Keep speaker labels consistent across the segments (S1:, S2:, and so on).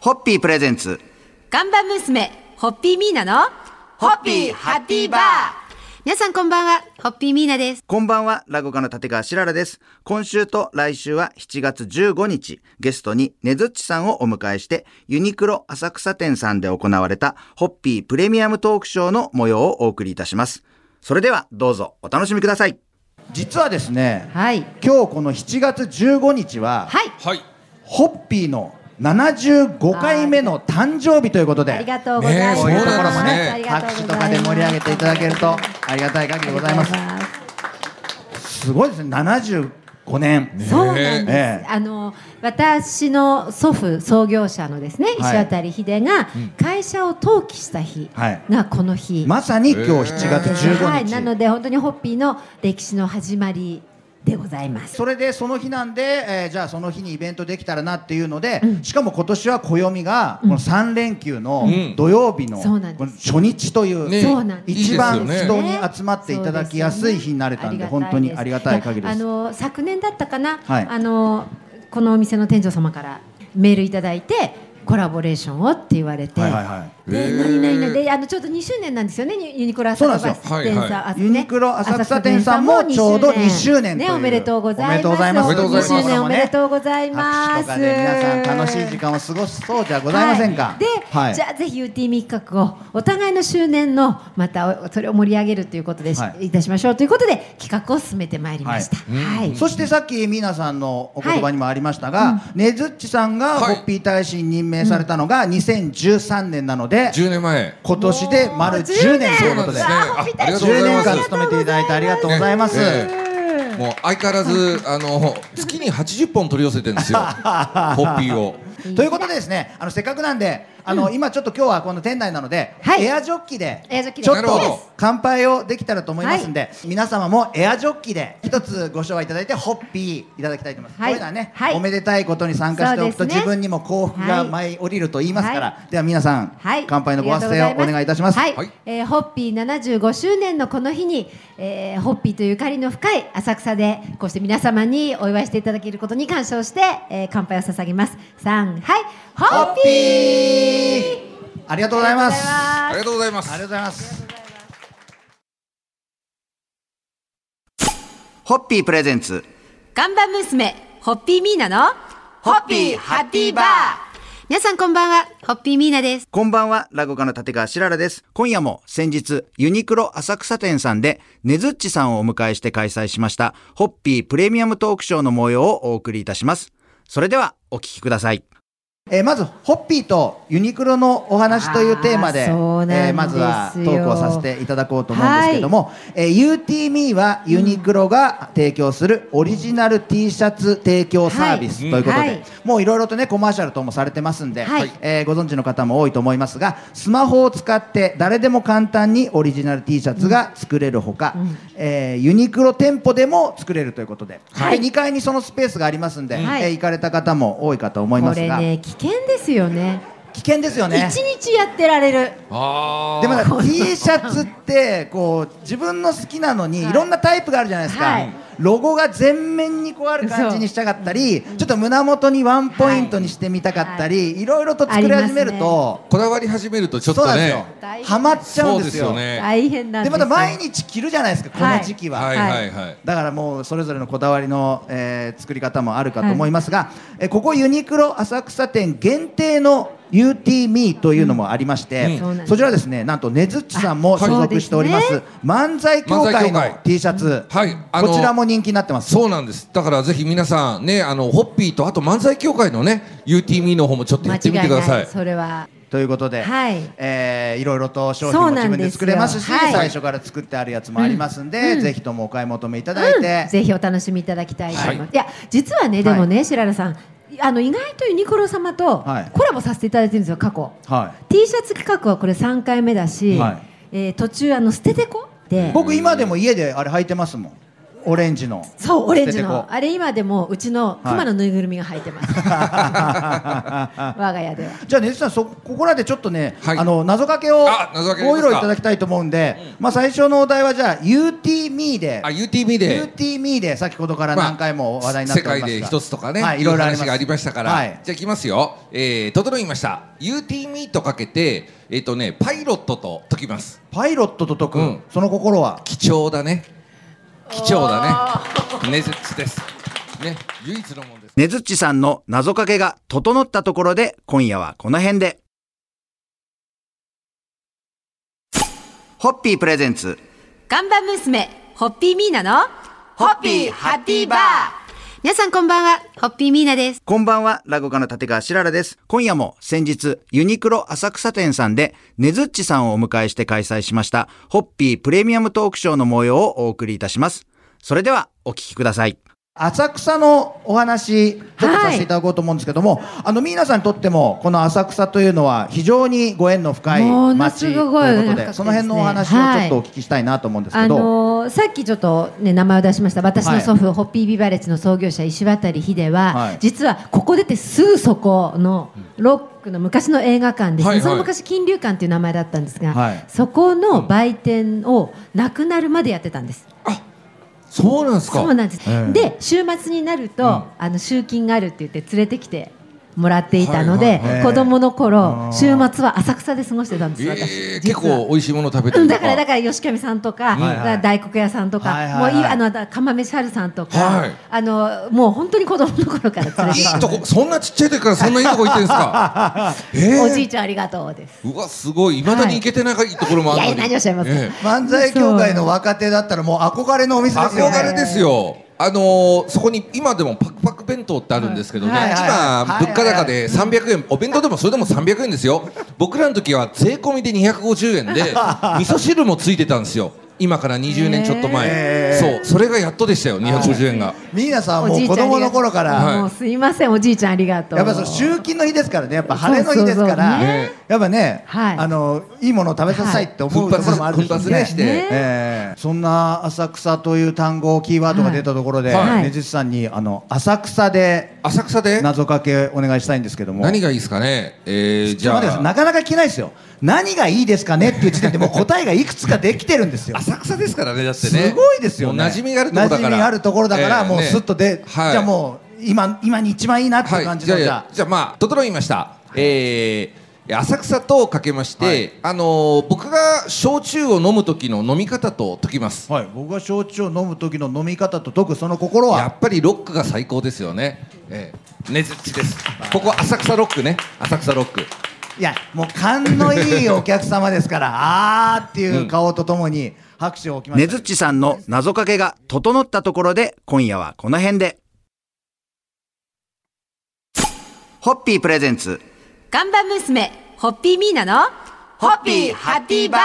S1: ホッピープレゼンツ。
S2: ガンバ娘、ホッピーミーナの、
S1: ホッピーハッピーバー
S2: 皆さんこんばんは、ホッピーミーナです。
S1: こんばんは、落語家の立川しららです。今週と来週は7月15日、ゲストにねずっちさんをお迎えして、ユニクロ浅草店さんで行われた、ホッピープレミアムトークショーの模様をお送りいたします。それでは、どうぞお楽しみください。実はですね、
S2: はい。
S1: 今日この7月15日は
S2: はい。
S3: はい。
S1: ホッピーの75
S2: 回目
S1: の誕生日ということで
S2: ありがとうございます。
S3: ねえそういうところも
S2: あり
S3: ね
S2: がうございま
S1: 拍
S2: す
S1: 手とかで盛り上げていただけるとありがたい限りでございます。すごいですね、75年。
S2: そうなんです、
S1: ええ
S2: あの私の祖父創業者のですね、
S1: はい
S2: 石渡秀が会社を登記した日
S1: はい
S2: がこの日、
S1: まさに今日7月
S2: は
S1: 15
S2: い、
S1: 日。
S2: なので本当にホッピーの歴史の始まりでございます。
S1: それでその日なんで、えーじゃあその日にイベントできたらなっていうので、しかも今年は暦がこの3連休の
S3: ん
S1: 土曜日の
S2: そうなんです
S1: この初日という、
S3: ね
S2: そうなんです
S1: 一番
S3: いいです
S1: 集
S3: よ
S1: 道
S3: ね
S1: に集まっていただきやすい日になれたんで
S2: そう
S1: 本当にありがたい限りで
S2: あ
S1: す。
S2: の昨年だったかな、
S1: はい
S2: あのこのお店の店長様からメールいただいてコラボレーションをって言われて。
S1: はいはいはい
S2: で
S3: へー
S2: 何々々であのちょうど2周年なんですよねユユニクロ浅草店さん
S3: そうなんですよはいはい
S2: あね
S1: ユニクロ浅草店さんもちょうど2周年という
S2: ねおめでとうございま
S1: お
S2: す
S1: めでとうございます
S3: おめでとうございます
S1: 拍手と
S2: 2周年おめでとうございます
S1: かで皆さん楽しい時間を過ごしそうじゃございません
S2: は
S1: か。
S2: いで、
S1: はい
S2: じゃあぜひ UTM 企画をお互いの周年のまたおそれを盛り上げるということでし、
S1: はい
S2: い、たしましょうということで企画を進めてまいりました。
S3: はい
S2: はい。
S1: そしてさっき皆さんのお言葉にもありましたが、ねずっちさんがホ
S3: はい
S1: ッピー大使に任命されたのが2013年なので、
S3: 10年前。
S1: 今年で丸10年ということで、
S3: そうなんですねあありがとう
S1: 10
S3: ござい
S1: 年
S3: ます
S1: 間勤めていただいてありがとうございます。
S3: ねもう相変わ らず、あの、月に80本取り寄せてるんですよ。ホッピーを。
S1: ということでですね、あのせっかくなんで、あの、今ちょっと今日はこの店内なので、
S2: はい
S1: エアジョッキで
S2: エアジョッキで
S1: ちょっ
S3: なるほ
S1: と
S3: ど
S1: 乾杯をできたらと思いますんで、皆様もエアジョッキで一つご賞はいただいてホッピーいただきたいと思います。
S2: はい
S1: こういうのはね、
S2: はい
S1: おめでたいことに参加しておく
S2: そ
S1: と、
S2: うですね
S1: 自分にも幸福が
S2: はい
S1: 舞い降りると言いますから、
S2: は
S1: では皆さん、
S2: はい、
S1: 乾杯のご発声をお願いいたします。
S2: ありがとうござい
S3: は
S2: はい
S3: い、
S2: えーホッピー75周年のこの日に、えーホッピーというゆかりの深い浅草でこうして皆様にお祝いしていただけることに感謝をして、えー乾杯を捧げます。三はい、ホ
S1: ホ
S2: ッ
S1: ッ
S2: ピ
S1: ピ
S2: ー。
S1: ーありがとうございます。あ
S3: ありがとうございます
S1: りが。とうございます。
S4: ホッピープレゼンツ
S2: ガンバ娘、ホッピーミーナの、
S4: ホッピーハッピーバー
S2: 皆さんこんばんは、ホッピーミーナです。
S1: こんばんは、ラゴカの立川しららです。今夜も先日、ユニクロ浅草店さんで、ねずっちさんをお迎えして開催しました、ホッピープレミアムトークショーの模様をお送りいたします。それでは、お聞きください。えーまず、ホッピーとユニクロのお話というテーマで、
S2: あーそうなんですよ
S1: えーまずはトークをさせていただこうと思うんですけども、えー UTME はユニクロが提供するオリジナル T シャツ提供サービスということで、
S2: はいはい
S1: もういろいろとねコマーシャルともされてますんで、
S2: はい
S1: えーご存知の方も多いと思いますがスマホを使って誰でも簡単にオリジナル T シャツが作れるほか、えーユニクロ店舗でも作れるということで,、
S2: はい
S1: で2階にそのスペースがありますんで、
S2: はい
S1: えー行かれた方も多いかと思い
S2: こ
S1: ます
S2: れ
S1: が、
S2: ね、危険ですよね。
S1: 危険ですよ
S2: 一、
S1: ね。
S2: 日やってられる。
S3: あ
S1: でも なんか T シャツってこう自分の好きなのに
S2: はい
S1: いろんなタイプがあるじゃないですか、
S2: はい
S1: ロゴが全面にこうある感じにしたかったりちょっと胸元にワンポイントにしてみたかったり、い、ろいろと作り始めると、
S3: こだわり始めるとちょっ
S1: そう
S3: と
S1: なんです
S3: ね
S1: よ。
S2: 大変
S1: ハマっちゃうんですよ
S3: そうですよね
S2: 大変なん
S1: で
S2: です
S1: ま
S2: よ。
S1: た毎日着るじゃないですかこ
S2: はい
S1: の時期は、
S3: はいはいはい。
S1: だからもうそれぞれのこだわりの、えー作り方もあるかと思いますが、えーここユニクロ浅草店限定の UTME というのもありまして、
S2: うんうん
S1: そちらですねなんとねずっちさんも所属しております
S2: そう
S1: 漫才協会
S3: 漫才協
S1: の
S3: 会
S1: T シャツ、
S3: はいあの
S1: こちらも人気になってます。
S3: そうなんです。だからぜひ皆さんね、あのホッピーとあと漫才協会のね、UTME の方もちょっとやってみてくだ
S2: 間違い
S3: さ
S2: ないい。。それは。
S1: ということで、
S2: はい
S1: えーいろいろと商品も
S2: そうな
S1: 自
S2: ん
S1: 分
S2: ですよ
S1: で作れますし
S2: はい
S1: 最初から作ってあるやつもありますんで、ぜひともお買い求めいただいて、
S2: ぜひお楽しみいただきたいと思います。
S3: はい
S2: い、や実はねでもね、白良さんあの意外とユニクロ様と
S1: はい
S2: コラボさせていただいてるんですよ過去、
S1: は
S2: T シャツ企画はこれ3回目だし、
S1: はい
S2: えー途中あの捨ててこで
S1: 僕今でも家であれ履いてますもんオレンジ の
S2: そうオレンジ
S1: 捨ててこ
S2: のあれ今でもうちの熊のぬいぐるみが入っ てます、我が家では
S1: じゃあねずさんそここらでちょっとね、
S3: はい
S1: あの謎かけを
S3: あ謎かけ
S1: ご披露
S3: です
S1: い
S3: か
S1: ただきたいと思うんで、まあ最初のお題はじゃあ UTME で
S3: あ UTV で
S1: UTME で先ほどから
S3: まあ
S1: 何回も話題になっておりますが、
S3: 世界で一つとかね、、
S1: はいい、
S3: い
S1: いろいろあります
S3: 話がありましたから、
S1: はい
S3: じゃあいきますよ、えー、整いました UTME とかけてえっ、とねパイロットと解きます
S1: パイロットと解く、
S3: うん
S1: その心は
S3: 貴重だね貴重だねねずっちですね唯一のもんです
S1: ねずっちさんの謎かけが整ったところで今夜はこの辺で
S4: ホッピープレゼンツ。
S2: 看板娘ホッピーミーナの
S4: ホッピーハッピーバー
S2: 皆さんこんばんはホッピーミーナです
S1: こんばんは、落語家の立川しららです。今夜も先日、ユニクロ浅草店さんで、ねずっちさんをお迎えして開催しました、ホッピープレミアムトークショーの模様をお送りいたします。それでは、お聞きください。浅草のお話、ちょっとさせていただこうと思うんですけども、あの、ミーナさんにとっても、この浅草というのは、非常にご縁の深い
S2: もの
S1: 街と
S2: す
S1: い
S2: ご
S1: う
S2: い
S1: こと
S2: 深くて
S1: で、その辺のお話を
S2: ですね
S1: ちょっとお聞きしたいなと思うんです
S2: あ
S1: けど、
S2: のーさっきちょっと、ね、名前を出しました私の祖父、ホッピービバレッジの創業者石渡秀は、
S1: はい
S2: 実はここ出てすぐそこのロックの昔の映画館ですね、
S3: はいはい
S2: その昔金龍館という名前だったんですが、
S1: はい
S2: そこの売店をなくなるまでやってたんです。
S3: そうなんですか
S2: そうなんです、
S1: ええ
S2: で週末になると、
S3: うん
S2: あの集金があるって言って連れてきてもらっていたので、
S3: はいはい
S1: はい
S2: 子供の頃
S1: あー
S2: 週末は浅草で過ごしてたんです私、
S3: えー、
S2: 実
S3: 結
S2: は
S3: 構美味しいもの食べて
S2: う
S3: る
S2: ん
S3: と
S2: だからだから吉上さんとか、
S1: はいはい
S2: 大黒屋さんとか、
S1: はいはいはい
S2: もういいあのだ釜飯春さんとか、
S3: はい
S2: あのもう本当に子供の頃から連れて
S3: い
S2: き
S3: いとこそんなちっちゃい時からそんないいとこ行ってんです かえ
S2: て、
S3: ー
S2: おじいちゃんありがとうです。
S3: うわすごい未だに行けてないところもあ
S2: いや
S3: るの
S2: いや何
S3: に
S2: をおっしゃいますか。
S3: ええ
S1: 漫才協会の若手だったらもう憧れのお店ですよね。
S3: 憧れですよ。あのーそこに今でもパクパク弁当ってあるんですけどね、
S1: はいはい
S3: 今
S1: はい
S3: 物価高で300円お弁当でもそれでも300円ですよ僕らの時は税込みで250円 で味噌汁もついてたんですよ今から20年ちょっと前、
S1: へー
S3: そうそれがやっとでしたよ250円が、
S1: ミーナさんは
S2: お
S1: も
S2: じ
S1: う
S2: いちゃ
S1: 子
S2: んありが
S1: 供の
S2: とう
S1: 頃から、
S3: はい
S2: もうすいませんおじいちゃんありがとう。
S1: やっぱりその集金の日ですからね、やっぱ晴れの日ですか
S2: そうそう
S1: ら、
S2: そう
S3: ね
S1: やっぱね、
S2: はい
S1: あのいいものを食べさせたいって思うところもあるでしょう
S3: 奮発奮発ねして、
S2: ね
S1: ええそんな浅草という単語、キーワードが出たところで、
S3: はい
S2: はい
S1: ねじつさんにあの浅草で
S3: 浅草で
S1: 謎かけお願いしたいんですけども、
S3: 何がいいですかねえー、
S1: じ
S3: じ
S1: ゃ
S3: ゃ
S1: あ待ってくださいな
S3: あ
S1: かなか聞けないですよ。何がいいですかねっていう時点でもう答えがいくつかできてるんですよ。
S3: 浅草ですからねだってね
S1: すごいですよね。
S3: もう馴染みがあるところ
S1: 馴
S3: だから
S1: 染みがあるところだから、
S3: ええ
S1: もう
S3: ね
S1: すっとで、
S3: はい
S1: じゃあもう今今に一番いいなっていう感じの、
S3: はい、
S1: じ
S3: じ
S1: ゃ
S3: ゃ
S1: あ
S3: あ。じゃあまあ整いました、えー浅草とかけまして、
S1: はい
S3: あのー僕が焼酎を飲む時の飲み方と解きます
S1: はい、僕が焼酎を飲む時の飲み方と解くその心
S3: や
S1: は
S3: っぱりロックが最高ですよね、えー、ねずっちですここ浅草ロックね浅草ロック
S1: いやもう勘のいいお客様ですから あーっていう顔とともに拍手を置きました、
S5: ねずっちさんの謎かけが整ったところで今夜はこの辺で
S4: ホッピープレゼンツ。
S2: 看板娘ホッピーミーナの
S4: ホッピーハッピーバー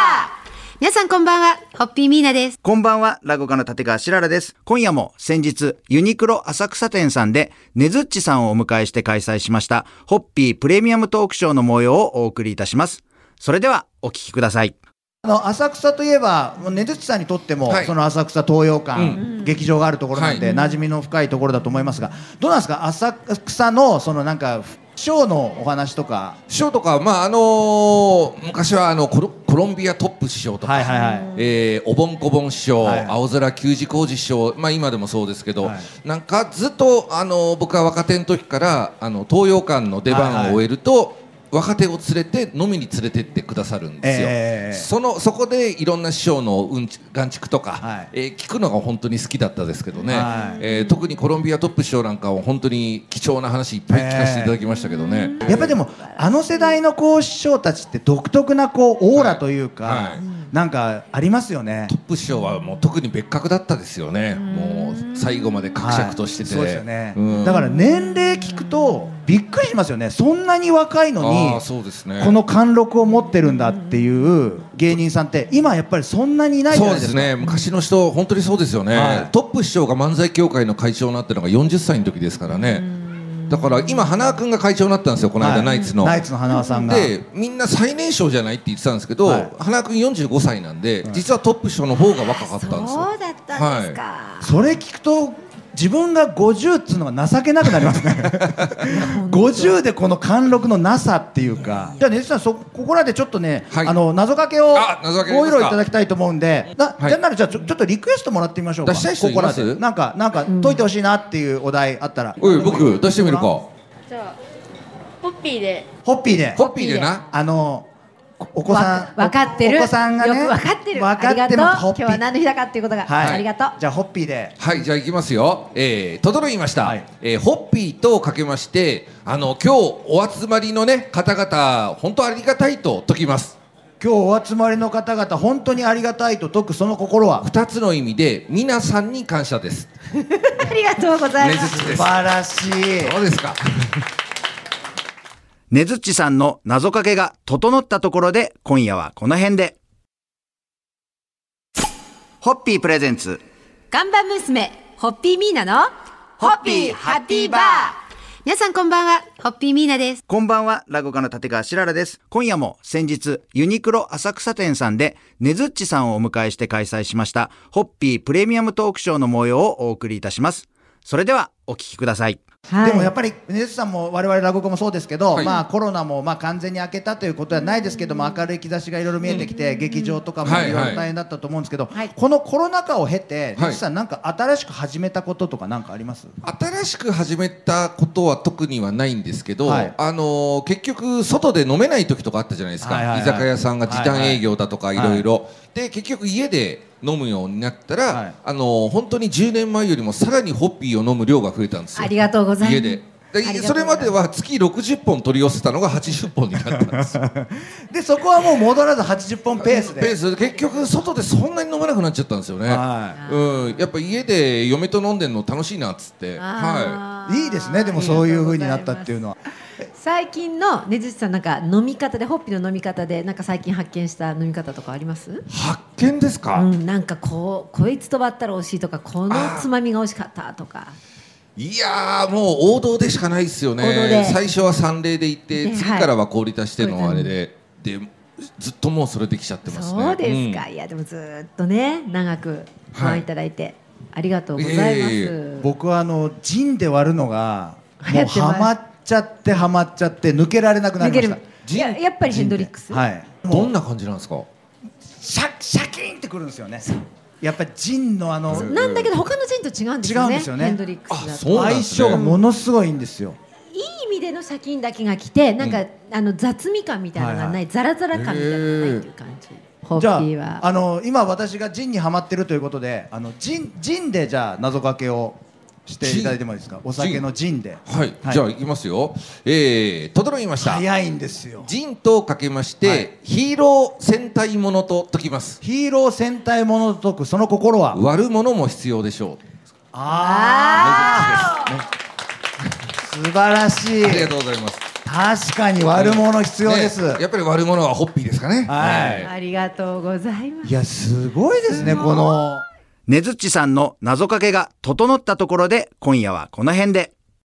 S2: 皆さんこんばんはホッピーミーナです
S5: こんばんはラゴカの立川しららです今夜も先日ユニクロ浅草店さんでねずっちさんをお迎えして開催しましたホッピープレミアムトークショーの模様をお送りいたしますそれではお聞きください
S1: あの浅草といえばもうねずっちさんにとっても、
S3: はい
S1: その浅草東洋館、劇場があるところなんで、
S3: はい
S1: 馴染みの深いところだと思いますがどうなんですか浅草のそのなんかショーのお話とか
S3: 師匠とか、まああのー昔はあのコロコロンビアトップ師匠とか、
S1: はいはいはい
S3: えーおぼんこぼん師匠、
S1: はいはい
S3: 青空球児工事師匠、まあ、今でもそうですけど、
S1: はい
S3: なんかずっと、あのー僕は若手の時からあの東洋館の出
S1: はいは
S3: 番
S1: い
S3: を終えると、若手を連れて飲みに連れてってくださるんですよ、
S1: ええ
S3: そのそこでいろんな師匠のうんち眼畜とか、
S1: はい
S3: えー聞くのが本当に好きだったですけどね、
S1: はい
S3: えー特にコロンビアトップ師匠なんかは本当に貴重な話いっぱい聞かせていただきましたけどね。
S1: やっぱりでもあの世代のこう師匠たちって独特なこうオーラというか、
S3: はいはい
S1: なんかありますよね
S3: トップ師匠はもう特に別格だったですよね。もう最後まで
S1: は
S3: 格
S1: い
S3: 尺としてて、
S1: そうですよね、
S3: うん
S1: だから年齢聞くとびっくりしますよねそんなに若いのに
S3: ああそうですね。
S1: この貫禄を持ってるんだっていう芸人さんって今やっぱりそんなにいないじゃ
S3: そ
S1: な
S3: う
S1: い
S3: で
S1: です
S3: す
S1: か
S3: ね。昔の人本当にそうですよね、
S1: はい
S3: トップ師匠が漫才協会の会長になったのが40歳の時ですからね。だから今花輪君が会長になったんですよこの間、
S1: はい
S3: ナイツの。
S1: ナイツの花輪さんが。
S3: でみんな最年少じゃないって言ってたんですけど、
S1: はい
S3: 花輪君45歳なんで、実はトップ賞の方が若かったんですよ。
S2: そうだったんですか、
S1: それ聞くと自分が50っつうのが情けなくなりますね50でこの貫禄のなさっていうかじゃあねじさんそここらでちょっとね、
S3: はい
S1: あの謎かけを
S3: あ謎かけですか
S1: ご披露いただきたいと思うんでな、
S3: はい
S1: じゃあならじゃあちょちょっとリクエストもらってみましょうか
S3: 出したい人います
S1: ここらでなんかなんか解いてほしいなっていうお題あったら、
S3: おい僕出してみるか。ホ
S6: じゃあポッピーで
S1: ホッピーで
S3: ッピーでな。
S1: あのお子さん
S2: わかってる
S1: お子さんがね
S2: よくわかってる
S1: わかって
S2: ありが
S1: ます
S2: とう
S1: ホッピ
S2: 今日
S1: ー
S2: は何の日だかっていうことが、
S1: はい
S2: ありがとう
S1: じゃあホッピーで
S3: はいじゃあ行きますよ。えー、とどろいました。
S1: はい
S3: えーホッピーとかけましてあの今日お集まりのね方々本当ありがたいと解きます。
S1: 今日お集まりの方々本当にありがたいと解くその心は
S3: 二つの意味で皆さんに感謝です。
S2: ありがとうござい
S3: ね
S2: ま
S3: ず
S2: す
S3: ち
S1: 素
S3: です。
S1: 晴らしい
S3: どうですか。
S5: ねずっちさんの謎かけが整ったところで、今夜はこの辺で。
S7: ホッピープレゼンツ
S2: ガンバ娘ホッピーミーナの
S7: ホッピーハッピーバー
S2: 皆さんこんばんはホッピーミーナです
S5: こんばんは、落語家の立川しららです。今夜も先日、ユニクロ浅草店さんで、ねずっちさんをお迎えして開催しました、ホッピープレミアムトークショーの模様をお送りいたします。それでは、お聞きください。
S2: はい
S1: でもやっぱり根津さんも我々落語家もそうですけど、
S3: はい
S1: まあコロナもまあ完全に明けたということはないですけども明るい兆しがいろいろ見えてきて、劇場とかも
S3: はい
S1: いろいろ大変だったと思うんですけど、
S2: はい
S1: このコロナ禍を経て
S3: はい
S1: 根津さんなんか新しく始めたこととかなんかあります、
S3: 新しく始めたことは特にはないんですけど、
S1: はい
S3: あのー結局外で飲めない時とかあったじゃないですか、
S1: はいはいはい
S3: 居酒屋さんが時短営業だとか
S1: はいいはい
S3: ろいろで結局家で飲むようになったら、
S1: はい
S3: あのー本当に10年前よりもさらにホッピーを飲む量が増えたんですよ
S2: ありがとうございます
S3: 家でで
S2: ありがとうございます
S3: それまでは月60本取り寄せたのが80本になったん ですよ
S1: でそこはもう戻らず80本ペースで
S3: ペースで結局外でそんなに飲まなくなっちゃったんですよね、
S1: は
S3: うん、やっぱ家で嫁と飲んでんの楽しいなっつってはい
S2: あー
S1: い、いいですねでもそういうふうになったっていうのは
S2: 最近のねずちさんなんか飲み方でホッピーの飲み方でなんか最近発見した飲み方とかあります
S3: 発見ですか、
S2: うん、なんかこうこいつとばったら美味しいとかこのつまみが美味しかったとか
S3: いやーもう王道でしかないですよ
S2: 王道
S3: ね
S2: で
S3: 最初は三例で行って
S2: で
S3: 次
S2: はい
S3: からは氷足しての
S2: 氷
S3: あ
S2: 足
S3: れで、でずっともうそれできちゃってますね
S2: そうですか、
S3: ん
S2: いやでもずーっとね長くご
S3: は
S2: 覧
S3: い
S2: いただいて、ありがとうございます、
S3: いえいえい
S1: 僕はあのジンで割るのが
S2: 流
S1: もう
S2: 行って
S1: ハ
S2: ます
S1: マっちゃってハマっちゃって抜けられなくな
S2: 抜
S1: りま
S2: け
S1: し
S2: る
S1: た
S2: いややっぱりヘンドリックス、
S1: はい
S3: どんな感じなんですか
S1: シャシャキーンってくるんですよねやっぱりジンのあの
S3: そう
S2: なんだけど他のジンと違うんです
S1: 違
S2: よね
S1: うんですよね
S2: ヘンドリックス
S3: あ
S2: だ
S3: そ
S2: と
S3: うなん
S1: 相
S3: ですね
S1: 性がものすごいいいんですよ
S2: いい意味でのシャキンだけが来てなんか、あの雑味感みたいなのがない、
S1: はい
S2: ザラザラ感みたいなのがないっていう感じ、ホッピ
S1: じゃ
S2: ー
S1: あ
S2: は
S1: あの今私がジンにハマってるということであのジンジンでじゃあ謎かけをしていただいてもいいですかお酒のジンで
S3: はい、じゃあ行きますよえー、とどろいました
S1: 早いんですよ
S3: ジンとかけまして、
S1: はい
S3: ヒーロー戦隊ものと解きます
S1: ヒーロー戦隊ものと解くその心は
S3: 割るものも必要でしょ
S1: ああ素晴らしいう
S3: ありがとうございます
S1: 確かに悪者必要です、
S3: ねやっぱり割るものはホッピーですかね
S1: はい
S2: ありがとうございます
S1: いやすごいですねこの
S5: ねずっちさんの謎かけが整ったところで、今夜はこの辺で。